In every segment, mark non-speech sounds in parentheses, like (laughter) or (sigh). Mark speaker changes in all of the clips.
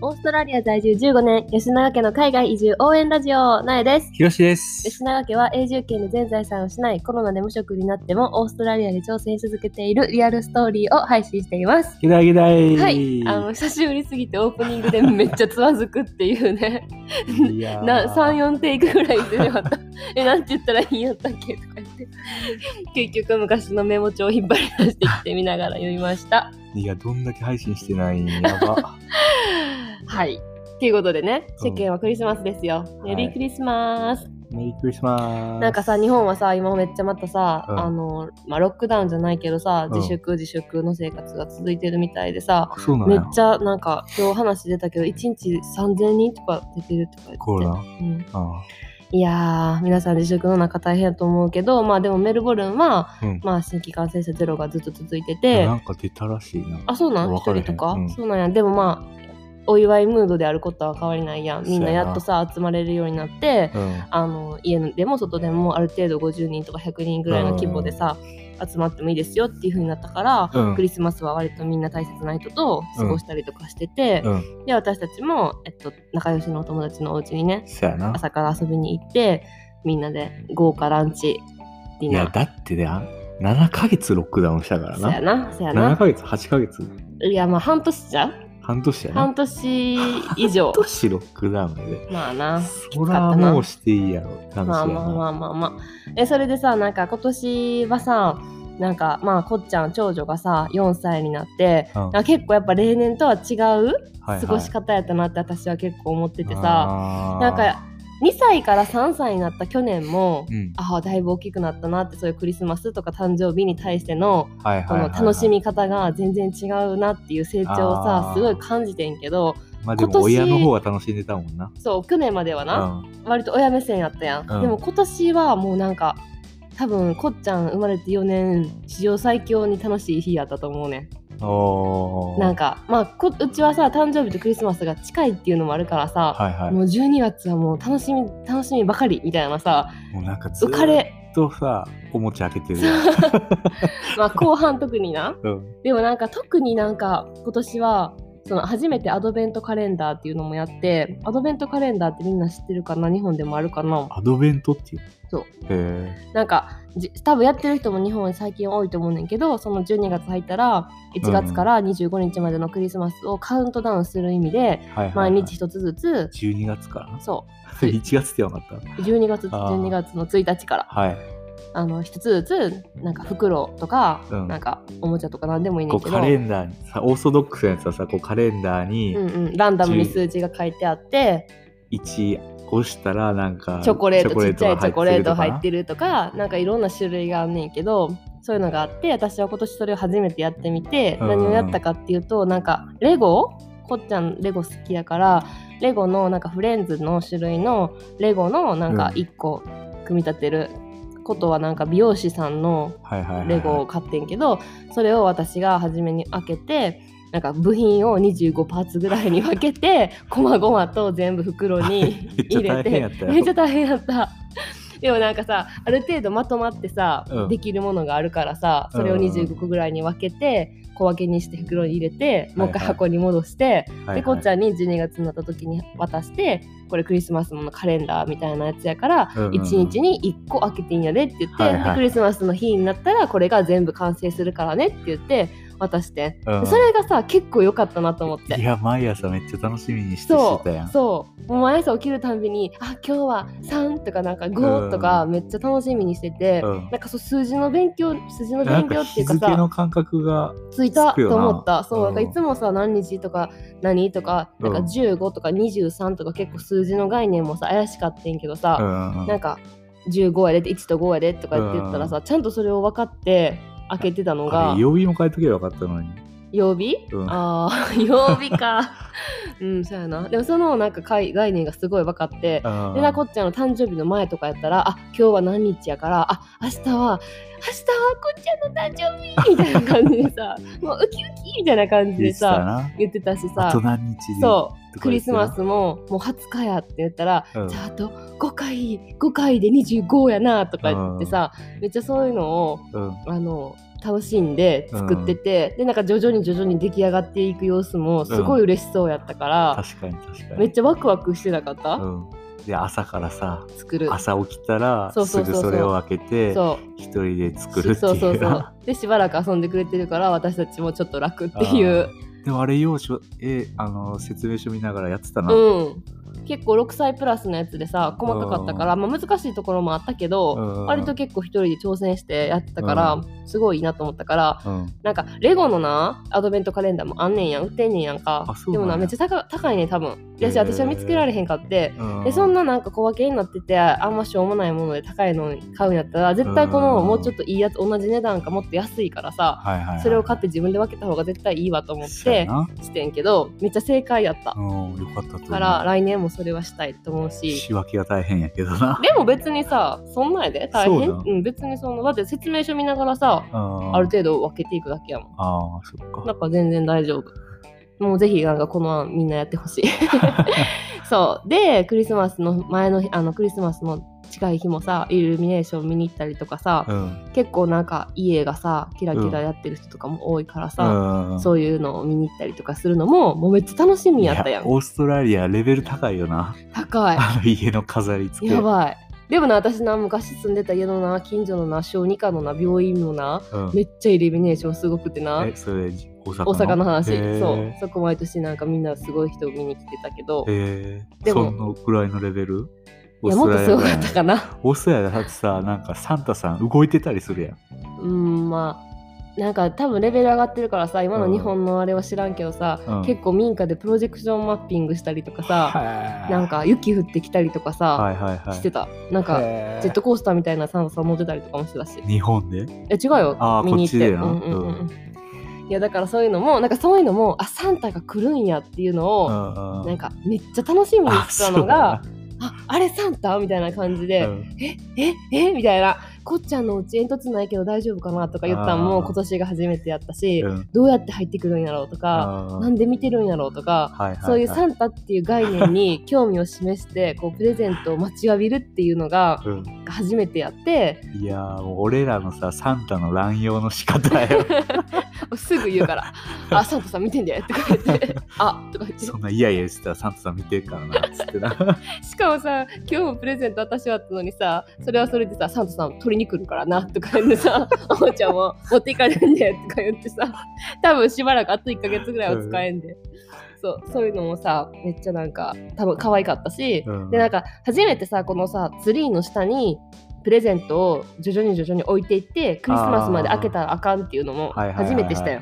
Speaker 1: オーストラリア在住15年、吉永家の海外移住応援ラジオ、なえです。
Speaker 2: ひろしです。
Speaker 1: 吉永家は永住権で全財産を失い、コロナで無職になってもオーストラリアで挑戦し続けているリアルストーリーを配信しています。
Speaker 2: ゲダゲダイ。
Speaker 1: はい、あの久しぶりすぎてオープニングでめっちゃつまずくっていうね
Speaker 2: いや
Speaker 1: (laughs)
Speaker 2: ー
Speaker 1: な34テイクぐらいでねまた「えなん (laughs) て言ったらいいんやったっ
Speaker 2: (laughs)
Speaker 1: け?」とか言って結局昔のメモ帳を引っ張り出してきて見ながら読みました。
Speaker 2: いや、どんだけ配信してな
Speaker 1: (laughs)
Speaker 2: いんやば。
Speaker 1: はい。ということでね、
Speaker 2: う
Speaker 1: 世
Speaker 2: ん
Speaker 1: 間はクリスマスですよ。メリークリスマス。
Speaker 2: メリークリスマス。
Speaker 1: なんかさ、日本はさ、今めっちゃまたさ、
Speaker 2: うん
Speaker 1: あの、まあ、ロックダウンじゃないけどさ、
Speaker 2: うん
Speaker 1: 自粛、自粛の生活が続いてるみたいでさ、
Speaker 2: そうなの
Speaker 1: めっ
Speaker 2: よ。
Speaker 1: ちゃなんか、今日話出たけど、1日3000人とか出てるとか言って。
Speaker 2: コロナ。
Speaker 1: うん
Speaker 2: あ
Speaker 1: いやー、皆さん自粛の中大変だと思うけど、まあでもメルボルンは、
Speaker 2: うん
Speaker 1: まあ新規感染者ゼロがずっと続いて
Speaker 2: あ
Speaker 1: て
Speaker 2: な、んか出たらしいな。
Speaker 1: あ、そうなん
Speaker 2: わ
Speaker 1: 一
Speaker 2: かれへ
Speaker 1: 人
Speaker 2: ん
Speaker 1: とか、
Speaker 2: うん
Speaker 1: そうなんや。でもまあ、お祝いムードであることは変わりないやん。みんなやっとさ、集まれるようになって、
Speaker 2: うん。
Speaker 1: あの家でも外でもある程度50人とか100人ぐらいの規模でさ、集まってもいいですよっていう風になったから、
Speaker 2: うん
Speaker 1: クリスマスは割とみんな大切な人と過ごしたりとかしてて、
Speaker 2: うん。
Speaker 1: で私たちも、えっと、仲良しのお友達のお家にね
Speaker 2: そうやな。
Speaker 1: 朝から遊びに行ってみんなで豪華ランチディ
Speaker 2: いや、
Speaker 1: ナ
Speaker 2: だってね、あ7ヶ月ロックダウンしたから
Speaker 1: ーそや
Speaker 2: な。
Speaker 1: なそや
Speaker 2: 7
Speaker 1: な
Speaker 2: ヶ月、8ヶ月、
Speaker 1: いやまあ半年じゃん
Speaker 2: 半年やな。
Speaker 1: 半年以上
Speaker 2: (laughs) 半年ロックダウンやで。
Speaker 1: まあな
Speaker 2: そらもうしていいやろって話
Speaker 1: ま
Speaker 2: や
Speaker 1: あまあま
Speaker 2: な。
Speaker 1: あまあまあ。え、それでさ、なんか今年はさ、なんかまあこっちゃん長女がさ4歳になって
Speaker 2: うん
Speaker 1: あ結構やっぱ例年とは違う
Speaker 2: はいはい
Speaker 1: 過ごし方やったなって私は結構思っててさ、
Speaker 2: あー
Speaker 1: なんか2歳から3歳になった去年も、
Speaker 2: うん
Speaker 1: ああだいぶ大きくなったなってそういうクリスマスとか誕生日に対しての
Speaker 2: はいはい
Speaker 1: こ
Speaker 2: はい
Speaker 1: の
Speaker 2: はい
Speaker 1: 楽しみ方が全然違うなっていう成長をさ
Speaker 2: あー
Speaker 1: すごい感じてんけど
Speaker 2: まあで
Speaker 1: 今
Speaker 2: も
Speaker 1: 年
Speaker 2: 親の方は楽しんでたもんな。
Speaker 1: そう去年まではな、
Speaker 2: うん
Speaker 1: 割と親目線やったやん、
Speaker 2: うん
Speaker 1: でも今年はもうなんか多分こっちゃん生まれて4年史上最強に楽しい日やったと思うね
Speaker 2: おー
Speaker 1: なんかまあこうちはさ誕生日とクリスマスが近いっていうのもあるからさ、
Speaker 2: はいはい。
Speaker 1: もう12月はもう楽しみ楽しみばかりみたいなさ
Speaker 2: もうなんかず
Speaker 1: 浮か
Speaker 2: ーっ
Speaker 1: れ、
Speaker 2: とさ、おもちゃ開けてる。
Speaker 1: まあ、後半特にな
Speaker 2: (laughs) うん
Speaker 1: でもなんか特になんか今年はその初めてアドベントカレンダーっていうのもやってアドベントカレンダーってみんな知ってるかな日本でもあるかな
Speaker 2: アドベントっていう。
Speaker 1: そう。
Speaker 2: へ
Speaker 1: なんかじ多分やってる人も日本最近多いと思うねんけどその12月入ったら1月から25日までのクリスマスをカウントダウンする意味で
Speaker 2: え。はいはい、はい。
Speaker 1: 毎日。一つずつ
Speaker 2: 12月から (laughs) な。
Speaker 1: そい
Speaker 2: 1月ってよかった。
Speaker 1: う12月
Speaker 2: あー
Speaker 1: 12月の1日から
Speaker 2: はい。
Speaker 1: あの一つずつなんか袋とか、
Speaker 2: うん
Speaker 1: なんかおもちゃとか何でもいいね
Speaker 2: こ
Speaker 1: ん
Speaker 2: う
Speaker 1: け
Speaker 2: カ
Speaker 1: ど
Speaker 2: レンダーにさ、オーソドックスなやつはさ、こうカレンダーに
Speaker 1: うんうん、ランダムに数字が書いてあって
Speaker 2: 1押したらなんか、
Speaker 1: チョコレートちっちゃいチョコレート入って
Speaker 2: る。
Speaker 1: るとかなんかいろんな種類があんねんけどそういうのがあって私は今年それを初めてやってみて、
Speaker 2: うん
Speaker 1: 何をやったかっていうとなんかレゴこっちゃんレゴ好きやからレゴのなんかフレンズの種類のレゴのなんか
Speaker 2: うん
Speaker 1: 1個組み立てることはなんか美容師さんの
Speaker 2: はいはい、はい。
Speaker 1: レゴを買ってんけどそれを私が初めに開けてなんか部品を25パーツぐらいに分け
Speaker 2: (laughs)
Speaker 1: てこまごまと全部袋に
Speaker 2: めっちゃ
Speaker 1: 入れ
Speaker 2: 大変や
Speaker 1: て
Speaker 2: ったよ
Speaker 1: めっちゃ大変やった。でもなんかさある程度まとまってさ、
Speaker 2: うん
Speaker 1: できるものがあるからさそれを
Speaker 2: うん
Speaker 1: 25個ぐらいに分けて小分けにして袋に入れてもう一回
Speaker 2: はいはい
Speaker 1: 箱に戻して、
Speaker 2: はいはい
Speaker 1: でこっちゃんに12月になった時に渡してこれクリスマスのカレンダーみたいなやつやから、
Speaker 2: うんうんうん
Speaker 1: 1日に1個開けていいんやでって言って、
Speaker 2: はいはい
Speaker 1: でクリスマスの日になったらこれが全部完成するからねって言って渡して、
Speaker 2: うん
Speaker 1: でそれがさ結構良かったなと思っ
Speaker 2: い
Speaker 1: て。
Speaker 2: や、毎朝めっちゃ楽しみにしてし
Speaker 1: そ
Speaker 2: てたやん。
Speaker 1: うそうもう毎朝起きるたんびに「あ今日は3」とかなんか「5」とか
Speaker 2: う
Speaker 1: めっちゃ楽しみにしてて、
Speaker 2: うん
Speaker 1: なんかそう数字の勉強数字の
Speaker 2: なん
Speaker 1: 勉強
Speaker 2: か
Speaker 1: って
Speaker 2: 日
Speaker 1: いうか
Speaker 2: 付
Speaker 1: さ
Speaker 2: の感覚が
Speaker 1: ついた
Speaker 2: つくよ
Speaker 1: と
Speaker 2: な
Speaker 1: 思ったそう、
Speaker 2: うん
Speaker 1: なんかいつもさ何日とか何とかなんか
Speaker 2: うん
Speaker 1: 15とか23とか結構数字の概念もさ怪しかったんけど
Speaker 2: う
Speaker 1: さ、
Speaker 2: んうん
Speaker 1: なんか15やで1と5やでとか言って言ったらさ、ちゃんとそれを分かって開けてたの
Speaker 2: あ
Speaker 1: が
Speaker 2: れ曜日も変えとけばよかったのに。
Speaker 1: 曜日、
Speaker 2: うん
Speaker 1: ああ (laughs) 曜日かうんそうやなでもそのなんか概概念がすごい分かって
Speaker 2: うん
Speaker 1: でなこっちゃんの誕生日の前とかやったらあ今日は何日やからあ明日は明日はこっちゃんの誕生日
Speaker 2: (laughs)
Speaker 1: みたいな感じでさもうウキウキみたいな感じ
Speaker 2: 言
Speaker 1: で
Speaker 2: ってた
Speaker 1: さ
Speaker 2: な。
Speaker 1: 言ってたし
Speaker 2: あ
Speaker 1: さ
Speaker 2: と何日で
Speaker 1: そうク
Speaker 2: とか言
Speaker 1: リ
Speaker 2: って
Speaker 1: ス
Speaker 2: な
Speaker 1: マスももう20日やって言ったら、
Speaker 2: うん
Speaker 1: じゃああと5回5回で25やなとか言ってさ、めっちゃそういうのを
Speaker 2: うん
Speaker 1: あの楽しんで作ってて、でなんか徐々に徐々に出来上がっていく様子もすごい嬉しそうやったから、
Speaker 2: 確かに確かに。
Speaker 1: めっちゃワクワクしてなかった、
Speaker 2: うん、で朝からさ
Speaker 1: 作る
Speaker 2: 朝起きたら
Speaker 1: そう
Speaker 2: す
Speaker 1: そうそうそう
Speaker 2: ぐそれを開けて
Speaker 1: そう
Speaker 2: 一人で作るって
Speaker 1: そうそ
Speaker 2: いうう
Speaker 1: そ
Speaker 2: な
Speaker 1: うでしばらく遊んでくれてるから私たちもちょっと楽っていう
Speaker 2: (laughs) でもあれ要所えあの説明書見ながらやってたな、
Speaker 1: うん結構6歳プラスのやつでさ細かかったから、まあ、難しいところもあったけど、
Speaker 2: うん
Speaker 1: 割と結構一人で挑戦してやってたから、すごいいいなと思ったから
Speaker 2: うん
Speaker 1: なんかレゴのなアドベントカレンダーもあんねんやん売ってんねんやんか
Speaker 2: あそう
Speaker 1: で
Speaker 2: なん
Speaker 1: もな
Speaker 2: や
Speaker 1: めっちゃ高高いね多分やし
Speaker 2: へー
Speaker 1: 私は見つけられへんかって
Speaker 2: うん
Speaker 1: でそんななんか小分けになっててあんましょうもないもので高いの買うんやったら絶対この
Speaker 2: うん
Speaker 1: もうちょっといいやつ同じ値段かもっと安いからさ
Speaker 2: はいはいはい
Speaker 1: それを買って自分で分けた方が絶対いいわと思っ
Speaker 2: そうや
Speaker 1: て
Speaker 2: な
Speaker 1: してんけどめっちゃ正解やった
Speaker 2: うんよかったと思う
Speaker 1: から来年もそれはしたいと思うし
Speaker 2: 仕分けが大変やけどな
Speaker 1: でも別にさそんなんやで大変
Speaker 2: そうなん
Speaker 1: うん別にそのだって説明書見ながらさ
Speaker 2: あ
Speaker 1: ある程度分けていくだけやもん
Speaker 2: あーそっか
Speaker 1: なんか全然大丈夫。もうぜひなんかこの案みんなやってほし
Speaker 2: (laughs)
Speaker 1: い。そう。で、クリスマスの前の日、あのクリスマスの近い日もさ、イルミネーション見に行ったりとかさ、
Speaker 2: うん
Speaker 1: 結構なんか家がさ、キラキラやってる人とかも多いからさ、
Speaker 2: うん
Speaker 1: そういうのを見に行ったりとかするのも、もうめっちゃ楽しみやったや
Speaker 2: い
Speaker 1: ん。
Speaker 2: オーストラリアレベル高いよな
Speaker 1: 高い。
Speaker 2: あの家の飾り付け
Speaker 1: やばい。でもな、私な、昔住んでた家のな、近所のな、小児科のな、病院のな、
Speaker 2: うん
Speaker 1: めっちゃイルミネーションすごくてな。
Speaker 2: えそれ大阪の
Speaker 1: 大阪の話
Speaker 2: へー
Speaker 1: そうそこ毎年なんかみんなすごい人を見に来てたけど
Speaker 2: えー、
Speaker 1: でも
Speaker 2: そのぐらいのレベル
Speaker 1: いやもっとすごかったか
Speaker 2: な。
Speaker 1: な (laughs)
Speaker 2: オーストラリアだってさ、なんかサンタさん動いてたりするやん。
Speaker 1: うんまあなんか多分レベル上がってるからさ今の日本のあれは知らんけどさ、
Speaker 2: うん
Speaker 1: 結構民家でプロジェクションマッピングしたりとかさ、なん、か雪降ってきたりとかさ、
Speaker 2: はいはいはい。
Speaker 1: してたなんか
Speaker 2: へー
Speaker 1: ジェットコースターみたいなサンタさん乗ってたりとかもしてたし
Speaker 2: 日本で
Speaker 1: え違うよ
Speaker 2: あー
Speaker 1: 見に行って
Speaker 2: こっちで
Speaker 1: う
Speaker 2: やな
Speaker 1: うん
Speaker 2: ん
Speaker 1: うんうんいやだからそういうのもなんかそういうのもあサンタが来るんやっていうの
Speaker 2: う
Speaker 1: を、
Speaker 2: んうん
Speaker 1: なんかめっちゃ楽しみにしてたのがああれサンタみたいな感じで、
Speaker 2: うん
Speaker 1: えええみたいなこっちゃんのうち煙突ないけど大丈夫かなとか言ったん
Speaker 2: あ
Speaker 1: も
Speaker 2: ー
Speaker 1: 今年が初めてやったし、
Speaker 2: うん
Speaker 1: どうやって入ってくるんやろうとか、
Speaker 2: あー
Speaker 1: なんで見てるんやろうとか、
Speaker 2: はいはいはい
Speaker 1: そういうサンタっていう概念に興味を示してこうプレゼントを待ちわびるっていうのが
Speaker 2: うん
Speaker 1: 初めてやって
Speaker 2: いやーもう俺らのさサンタの乱用の仕方よ
Speaker 1: すぐ言う
Speaker 2: (laughs)
Speaker 1: から「あサンタさん見てんで」とか言って「あとか言って
Speaker 2: そんないやいやしてたらサンタさん見てるからなつってな
Speaker 1: (laughs) しかもさ今日もプレゼント私はあったのにさそれはそれでさサンタさん取りに来るからなとか言ってさ (laughs) おもちゃも持っていかれんでとか言ってさ多分しばらくあと1ヶ月ぐらいは使えんで、そうそういうのもさめっちゃなんか多分可愛かったし、
Speaker 2: うん
Speaker 1: でなんか初めてさこのさツリーの下にプレゼントを徐々に徐々に置いていってクリスマスまで開けたらあかんっていうのも
Speaker 2: あーはいはいはい
Speaker 1: 初
Speaker 2: はい
Speaker 1: めてしたよ。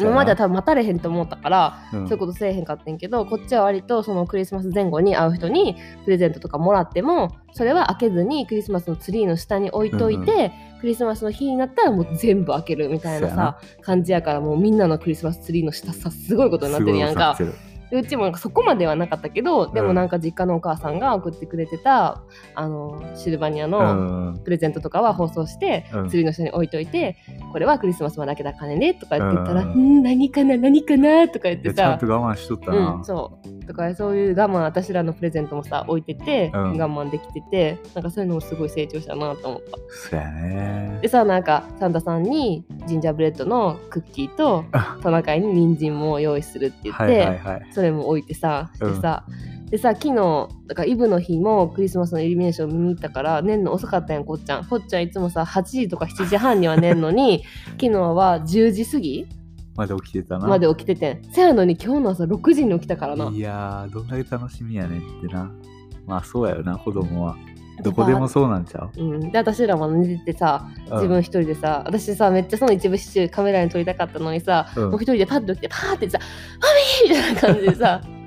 Speaker 1: 今までは多分待たれへんと思ったから、
Speaker 2: うん
Speaker 1: そういうことせえへんかってんけどこっちは割とそのクリスマス前後に会う人にプレゼントとかもらってもそれは開けずにクリスマスのツリーの下に置いといて、
Speaker 2: う
Speaker 1: クリスマスの日になったらもう全部開けるみたいな
Speaker 2: そうや
Speaker 1: さ感じやからもうみんなのクリスマスツリーの下さすごいことになってるやんか
Speaker 2: すごいことになってる
Speaker 1: でうちもなんかそこまではなかったけどで
Speaker 2: う
Speaker 1: も
Speaker 2: ん
Speaker 1: なんか実家のお母さんが送ってくれてたあのシルバニア
Speaker 2: う
Speaker 1: の
Speaker 2: ん
Speaker 1: プレゼントとかは放送して、
Speaker 2: うん
Speaker 1: 釣りの下に置いといて、これはクリスマスまで開けた金ねとか言ってたら、
Speaker 2: うん
Speaker 1: うん、何かな、何かなとか言っ
Speaker 2: い
Speaker 1: て
Speaker 2: やちゃん
Speaker 1: さ
Speaker 2: と、我慢しとったな、
Speaker 1: うん、そう。とか、そういう我慢、私らのプレゼントもさ、置いてて、
Speaker 2: うん
Speaker 1: 我慢できてて、なんかそういうのもすごい成長したなと思った。
Speaker 2: そうやね
Speaker 1: でさ、なんか、サンタさんにジンジャーブレッドのクッキーと、トナカイに人参も用意するって言って、
Speaker 2: はいはいはい
Speaker 1: それも置いてさしてさ、でさ昨日だからイブの日もクリスマスのイルミネーション見に行ったから寝んの遅かったやんこっちゃんこっちゃんいつもさ8時とか7時半には寝んの
Speaker 2: (laughs)
Speaker 1: に昨日は10時過ぎ
Speaker 2: まで起きてたな
Speaker 1: まで起きててんせやのに今日の朝6時に起きたからない
Speaker 2: やーどんだけ楽しみやねんってなまあそうやよな子供はどこでもそうなんちゃう
Speaker 1: うん、で私らも寝ててさ自分一人でさ、私さめっちゃその一部始終カメラに撮りたかったのにさ、
Speaker 2: うん
Speaker 1: もう一人でパッと起きてパーってさ「マミー!」みたいな感じで
Speaker 2: (laughs)
Speaker 1: さ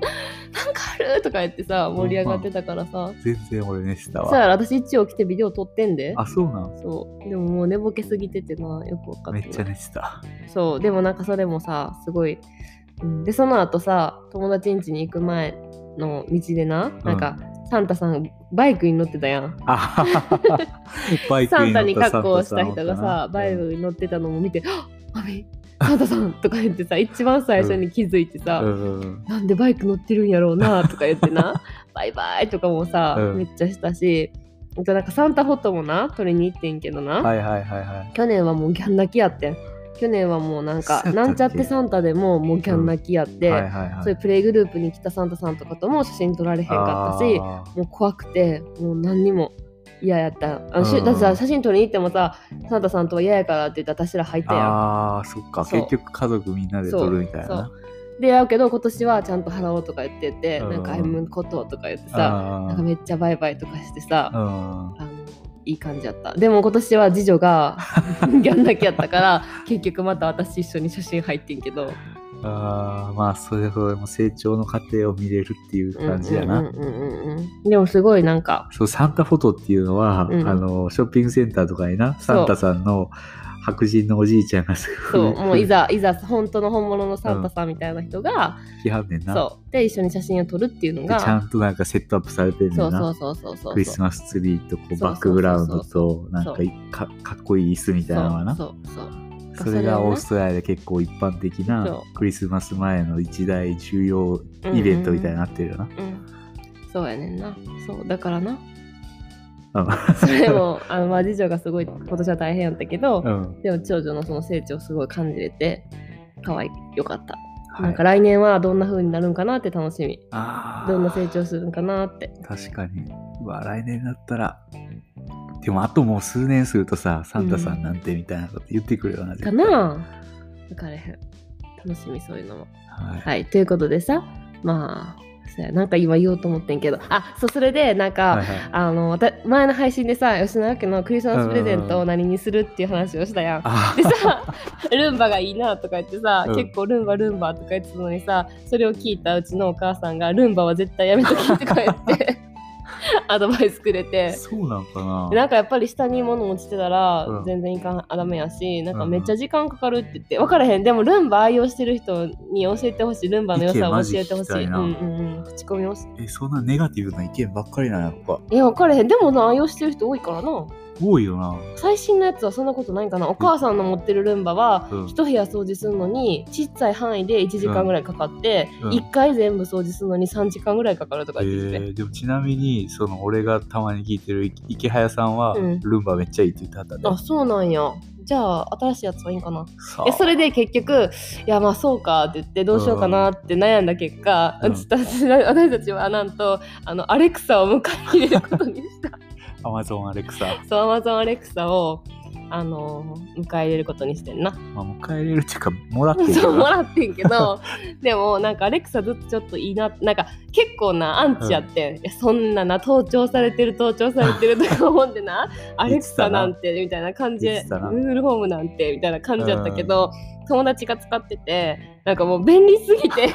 Speaker 1: 「なんかある!」とか言ってさ盛り上がってたからさ、
Speaker 2: 全然俺寝てた
Speaker 1: そうや
Speaker 2: わ
Speaker 1: ろ私一応起きてビデオ撮ってんで
Speaker 2: あそうなん
Speaker 1: そうでももう寝ぼけすぎててなよく分かって
Speaker 2: め
Speaker 1: ない
Speaker 2: っちゃ寝てた (laughs)
Speaker 1: そうでもなんかそれもさすごい、うんでその後さ友達ん家に行く前の道でな、なんかサンタさんバイクに乗ってたやん
Speaker 2: あははははバイク
Speaker 1: サン
Speaker 2: に乗
Speaker 1: タ
Speaker 2: っ
Speaker 1: に格好をした
Speaker 2: サンタ
Speaker 1: 人
Speaker 2: んお
Speaker 1: が
Speaker 2: った
Speaker 1: さ
Speaker 2: な
Speaker 1: バイクに乗ってたのも見て「あっめサンタさん!」とか言ってさ一番最初に気づいてさ、
Speaker 2: うんうんうん
Speaker 1: なんで
Speaker 2: (laughs)
Speaker 1: バイク乗ってるんやろうなとか言ってなバイバイとかもさ、
Speaker 2: うん
Speaker 1: めっちゃしたしほんとなんかサンタフォトもな取りに行ってんけどな、
Speaker 2: はいはいはいはい。
Speaker 1: 去年はもうギャン泣きやってん去年はもうなんか
Speaker 2: そうやったっ
Speaker 1: な
Speaker 2: け
Speaker 1: んちゃってサンタでももうギャン泣きやって、
Speaker 2: はいはいはい。
Speaker 1: そういうプレイグループに来たサンタさんとかとも写真撮られへんかったし
Speaker 2: あー
Speaker 1: もう怖くてもう何にも嫌やったあのし
Speaker 2: うん
Speaker 1: だってさ写真撮りに行ってもさサンタさんとは嫌やからって言って私ら入ったやん
Speaker 2: あーそっか
Speaker 1: そう
Speaker 2: 結局家族みんなで撮るみたいな。
Speaker 1: でやるけど今年はちゃんと払おうとか言ってて、
Speaker 2: うん
Speaker 1: なんか「歩むこと」とか言ってさ、
Speaker 2: あ
Speaker 1: なんかめっちゃバイバイとかしてさ、
Speaker 2: ーうん
Speaker 1: あのいい感じやったでも今年は次女
Speaker 2: (laughs)
Speaker 1: がギャンだけやったから結局また私一緒に写真入ってんけど
Speaker 2: あーまあそれぞれも成長の過程を見れるっていう感じやな。
Speaker 1: うんうんうんうんうんでもすごいなんか
Speaker 2: そうサンタフォトっていうのは、
Speaker 1: うん
Speaker 2: あのショッピングセンターとかにな
Speaker 1: そう
Speaker 2: サンタさんの白人のおじいちゃんがす
Speaker 1: そ
Speaker 2: ご
Speaker 1: う
Speaker 2: い
Speaker 1: もういざいざ本当の本物のサンタさんみたいな人が、
Speaker 2: 来はんねんな
Speaker 1: そうで一緒に写真を撮るっていうの
Speaker 2: で
Speaker 1: が
Speaker 2: ちゃんとなんかセットアップされてんねん
Speaker 1: そ
Speaker 2: な
Speaker 1: うそうそうそうそう
Speaker 2: クリスマスツリーとこう
Speaker 1: そうそうそうそう
Speaker 2: バックグラウンドとなん
Speaker 1: そ
Speaker 2: か
Speaker 1: う
Speaker 2: いかかっこいい椅子みたいなのはなそ
Speaker 1: そうそうそうそれを
Speaker 2: れが
Speaker 1: ね
Speaker 2: オーストラリアで結構一般的
Speaker 1: そ
Speaker 2: なクリスマス前の一大重要イベントみたいになってるよ
Speaker 1: う
Speaker 2: な、
Speaker 1: んうんうん、うんそうやねんなそうだから
Speaker 2: (laughs)
Speaker 1: な
Speaker 2: うん
Speaker 1: それもあのまあ次女がすごい今年は大変やったけど、
Speaker 2: (laughs) うん
Speaker 1: でも長女のその成長すごい感じれて可愛いよかった、
Speaker 2: は
Speaker 1: なん
Speaker 2: い
Speaker 1: か、来年はどんな風になるんかなって楽しみ
Speaker 2: あー
Speaker 1: どんな成長するんかなって
Speaker 2: 確かにうわ来年だったらでもあともう数年するとさサンタさんなんてみたいなこと言ってくるよな、絶
Speaker 1: か
Speaker 2: 対
Speaker 1: な分かれへん楽しみそういうのも
Speaker 2: はい、
Speaker 1: はいということでさまあそうやなんか今言おうと思ってんけどあそうそれでなんか、
Speaker 2: はいはい
Speaker 1: あのわた前の配信でさ吉永家のクリスマスプレゼントを何にするっていう話をしたやん
Speaker 2: あ
Speaker 1: でさ (laughs) ルンバがいいなとか言ってさ、
Speaker 2: うん
Speaker 1: 結構ルンバルンバとか言ってたのにさそれを聞いたうちのお母さんがルンバは絶対やめときって言って (laughs) アドバイスくれ
Speaker 2: ー
Speaker 1: て。
Speaker 2: そうなんかな
Speaker 1: なんかやっぱり下に物落ちてたら
Speaker 2: うん
Speaker 1: 全然いかんダメやし、なんか
Speaker 2: うん
Speaker 1: めっちゃ時間かかるって言って分からへんでもルンバ愛用してる人に教えてほしいルンバの良さを教えてほし
Speaker 2: 意見マジ聞きた
Speaker 1: い
Speaker 2: い
Speaker 1: うん
Speaker 2: な
Speaker 1: うんうん口コミをし
Speaker 2: えそんなネガティブな意見ばっかりなのか
Speaker 1: いや分からへんでもな愛用してる人多いからな
Speaker 2: 多いよな、
Speaker 1: 最新のやつはそんなことないんかなお母さんの持ってるルンバは
Speaker 2: うん、
Speaker 1: 一部屋掃除するのにちっちゃい範囲で1時間ぐらいかかって、
Speaker 2: うん
Speaker 1: 一1回全部掃除するのに3時間ぐらいかかるとか言ってきて、
Speaker 2: えーでもちなみにその俺がたまに聞いてるい池早さんは、
Speaker 1: うん
Speaker 2: ルンバめっちゃいいって言ってはったね
Speaker 1: あそうなんやじゃあ新しいやつはいいんかな
Speaker 2: さ
Speaker 1: えそれで結局いやまあそうかって言ってどうしようかなって悩んだ結果、
Speaker 2: うん
Speaker 1: 私たち私たちはなんとあのアレクサを迎え入れることにした
Speaker 2: (laughs) アマゾンアレクサ、
Speaker 1: そうアマゾンアレクサをあの迎え入れることにしてんな
Speaker 2: まあ、迎え入れるっていうかもらって
Speaker 1: (laughs)
Speaker 2: る
Speaker 1: そう
Speaker 2: よ
Speaker 1: も
Speaker 2: な
Speaker 1: らってんけ
Speaker 2: (laughs)
Speaker 1: どでもなんかアレクサずっとちょっといいななんか結構なアンチやってん、いやそんなな盗聴されてる盗聴されてるとか思って
Speaker 2: (laughs)
Speaker 1: なアレクサなんてみたいな感じ
Speaker 2: 言っ
Speaker 1: で
Speaker 2: て
Speaker 1: グ
Speaker 2: たな
Speaker 1: ーグルホームなんてみたいな感じやったけど、友達が使っててなんかもう便利すぎ
Speaker 2: (laughs)
Speaker 1: て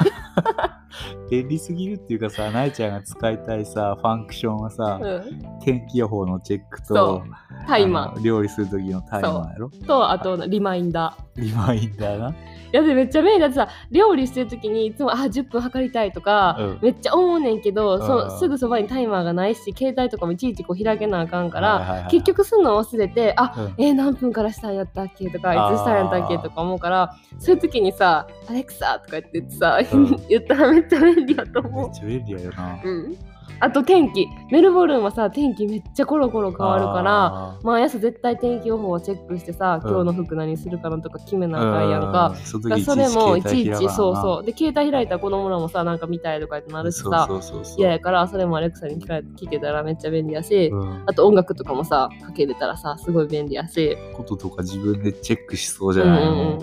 Speaker 2: 便利すぎるっていうかさなえちゃんが使いたいさファンクションはさ、
Speaker 1: うん
Speaker 2: 天気予報のチェック
Speaker 1: そ
Speaker 2: と
Speaker 1: タイマ
Speaker 2: あの料理する時のタイマーやろ
Speaker 1: ーとあとリマインダー。
Speaker 2: リマインダーな、
Speaker 1: いやでめっちゃ便利だってさ料理してる時にいつも「あ10分測りたい」とか、
Speaker 2: うん
Speaker 1: めっちゃ思うねんけど、
Speaker 2: う
Speaker 1: そ
Speaker 2: ん
Speaker 1: すぐそばにタイマーがないし携帯とかもいちいちこう開けなあかんから、
Speaker 2: はいはいはいはい
Speaker 1: 結、局すんの忘れてあ
Speaker 2: うん
Speaker 1: えー何分からしたんやったっけとか
Speaker 2: あー
Speaker 1: いつしたんやったっけとか思うからそういう時にさ「アレクサ」とか言ってさ、
Speaker 2: うん
Speaker 1: 言ったらめっちゃ便利やと
Speaker 2: め
Speaker 1: 思
Speaker 2: (laughs) っちゃ便利やよな
Speaker 1: う、うん、あと天気メルボルンはさ天気めっちゃコロコロ変わるから
Speaker 2: あー
Speaker 1: 毎朝絶対天気予報をチェックしてさ
Speaker 2: うん
Speaker 1: 今日の服何するかなとか決めなあかんやんか、
Speaker 2: うんそ
Speaker 1: だからそ
Speaker 2: の
Speaker 1: れ
Speaker 2: 時
Speaker 1: もい
Speaker 2: 携
Speaker 1: ち
Speaker 2: 帯
Speaker 1: いち
Speaker 2: 開かな
Speaker 1: そうそうで携帯開いたら子供らもさなんか見たいとかってなるしさ
Speaker 2: そうそうそうそう
Speaker 1: 嫌やからそれもアレクサに聞か聞けたらめっちゃ便利やし、
Speaker 2: うん
Speaker 1: あと音楽とかもさかけれたらさすごい便利やし
Speaker 2: こととか自分でチェックしそう
Speaker 1: う
Speaker 2: じ
Speaker 1: ん
Speaker 2: ゃ
Speaker 1: うん
Speaker 2: ないの、
Speaker 1: うんうんうん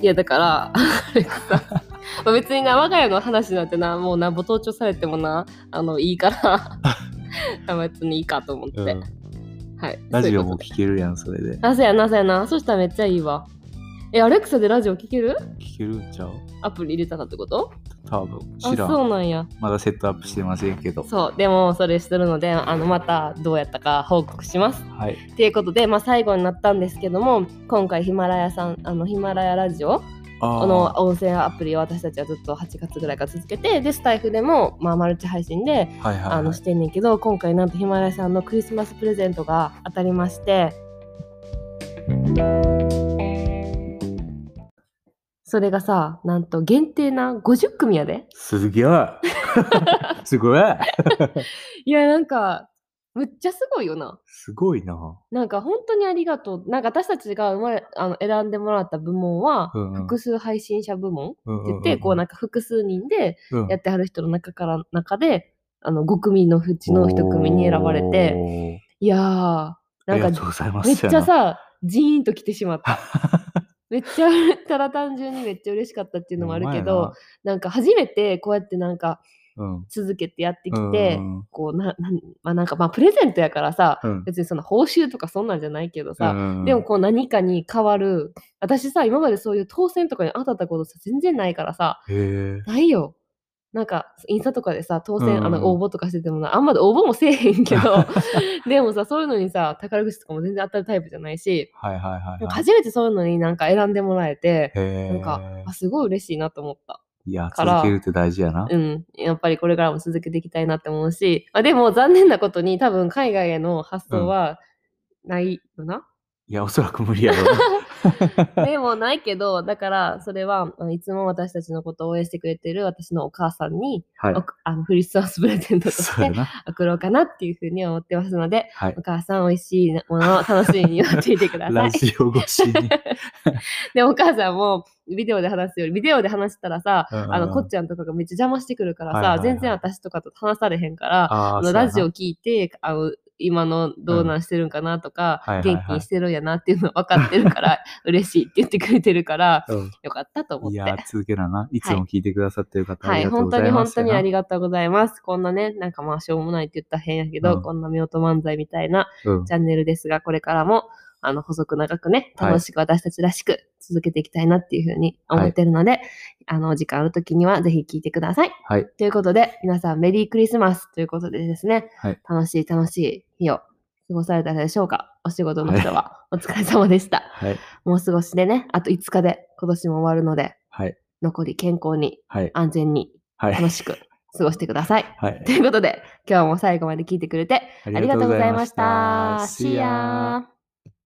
Speaker 1: いやだからアレクサ (laughs) まあ別にな我が家の話なんてなもうなんぼ盗聴されてもなあのいい
Speaker 2: (laughs)
Speaker 1: からあ別にいいかと思って、
Speaker 2: うん
Speaker 1: はい
Speaker 2: ラジオ
Speaker 1: そういう
Speaker 2: も
Speaker 1: ことで
Speaker 2: 聞けるやんそれで
Speaker 1: あそうやなそうやなそしたらめっちゃいいわえアレクサでラジオ聞ける
Speaker 2: 聞けるんちゃう
Speaker 1: アプリ入れたらってこと
Speaker 2: 多分
Speaker 1: あ
Speaker 2: 知らん
Speaker 1: そうなんや
Speaker 2: まだセットアップしてませんけど
Speaker 1: そうでもそれしてるのであのまたどうやったか報告します
Speaker 2: はい
Speaker 1: ということで、まあ、最後になったんですけども今回ヒマラヤさんあのヒマラヤラジオ
Speaker 2: あ
Speaker 1: この音声アプリを私たちはずっと8月ぐらいから続けてでスタイフでも、まあ、マルチ配信で、
Speaker 2: ーはいはいはい
Speaker 1: あのしてんねんけど今回なんとヒマラヤさんのクリスマスプレゼントが当たりましてそれがさなんと限定な50組 (laughs) やです
Speaker 2: げえすごい
Speaker 1: いやなんかむっちゃすごいよな。
Speaker 2: すごいな。
Speaker 1: なんか本当にありがとう。なんか私たちが生まれあの選んでもらった部門は、
Speaker 2: うんうん
Speaker 1: 複数配信者部門って
Speaker 2: うんうん
Speaker 1: 言って、こうなんか複数人で
Speaker 2: うん
Speaker 1: やってはる人の中から中で、あの5組のうちの1組に選ばれて、
Speaker 2: おー
Speaker 1: いやー、な
Speaker 2: ありが
Speaker 1: ん
Speaker 2: とう
Speaker 1: か
Speaker 2: ございます。
Speaker 1: めっちゃ
Speaker 2: や
Speaker 1: さ、ジーンと来てしまった。
Speaker 2: な、
Speaker 1: めっちゃ、ただ単純にめっちゃ嬉しかったっていうのもあるけど、なんか初めてこうやってなんか
Speaker 2: うまいな、
Speaker 1: 続けてやって
Speaker 2: うん
Speaker 1: きて、
Speaker 2: うん
Speaker 1: こうな、なんまあなんかまあプレゼントやからさ、
Speaker 2: うん
Speaker 1: 別にその報酬とかそんなんじゃないけどさ、
Speaker 2: うん
Speaker 1: でもこう何かに変わる私さ今までそういう当選とかに当たったことさ全然ないからさ
Speaker 2: へえ
Speaker 1: ないよなんかインスタとかでさ当選、
Speaker 2: うん
Speaker 1: あの応募とかしててもなあんまり応募もせえへんけ
Speaker 2: (laughs)
Speaker 1: どでもさそういうのにさ宝くじとかも全然当たるタイプじゃないし
Speaker 2: はいはいはい、はい。
Speaker 1: 初めてそういうのになんか選んでもらえて
Speaker 2: へえ
Speaker 1: なんかあすごい嬉しいなと思った
Speaker 2: いや、
Speaker 1: から
Speaker 2: 続けるって大事やな。
Speaker 1: うんやっぱりこれからも続けていきたいなって思うしあでも残念なことに多分海外への発想はないよな、
Speaker 2: いや、おそらく無理やろうな。 (laughs)
Speaker 1: でもないけど、だから、それは、あのいつも私たちのことを応援してくれてる私のお母さんに、
Speaker 2: はい
Speaker 1: お。あのクリスマスプレゼントとし
Speaker 2: そうや
Speaker 1: て
Speaker 2: な。
Speaker 1: 送ろうかなっていうふうに思ってますので、
Speaker 2: はい
Speaker 1: お。母さん、美味しいものを楽しみに待っていてくださ
Speaker 2: (laughs) ラ
Speaker 1: い。
Speaker 2: ジオ越しに。
Speaker 1: (laughs) で、お母さんも、ビデオで話すより、ビデオで話したらさ、あ
Speaker 2: あ
Speaker 1: の、こっちゃんとかがめっちゃ邪魔してくるからさ、
Speaker 2: はいはいはい
Speaker 1: 全然私とかと話されへんから、
Speaker 2: あ
Speaker 1: あの
Speaker 2: ーそうやな
Speaker 1: ラジオ聞いて、あの今のどうなんしてるんかなとか、
Speaker 2: うんはいはいはい
Speaker 1: 元気にしてるんやなっていうの分かってる
Speaker 2: (laughs)
Speaker 1: から、嬉しいって言ってくれてるから、
Speaker 2: うん
Speaker 1: よかったと思っ
Speaker 2: い
Speaker 1: て。
Speaker 2: や、続けなな。いつも聞いてくださってる方、
Speaker 1: は
Speaker 2: あ
Speaker 1: い、
Speaker 2: りがとう
Speaker 1: 本
Speaker 2: ご
Speaker 1: 当
Speaker 2: ざ
Speaker 1: に
Speaker 2: いま
Speaker 1: 本
Speaker 2: す。
Speaker 1: 当にあり
Speaker 2: が
Speaker 1: がとうございます。こんなね、なんかまあ、しょうもないって言ったら変やけど、
Speaker 2: うん
Speaker 1: こんな夫婦漫才みたいな
Speaker 2: とうん。
Speaker 1: チャンネルですが、これからも、あの、細く長くね、
Speaker 2: はい
Speaker 1: 楽しく私たちらしく続けていきたいなっていうふうに思ってるので、あの、お時間ある時にはぜひ聞いてください。
Speaker 2: はい。
Speaker 1: ということで、皆さんメリークリスマスということでですね、
Speaker 2: はい
Speaker 1: 楽しい楽しい日を過ごされたでしょうか。お仕事の人は、お疲れ様でした。
Speaker 2: はい。
Speaker 1: もう過ごしでね、あと5日で今年も終わるので、
Speaker 2: はい。
Speaker 1: 残り健康に
Speaker 2: はい。
Speaker 1: 安全に
Speaker 2: はい。
Speaker 1: 楽し
Speaker 2: (laughs)
Speaker 1: く過ごしてください。
Speaker 2: はい
Speaker 1: と。いうことで今日も最後まで聞いてくれてありがとうございました。
Speaker 2: ありがとうございました
Speaker 1: See ya.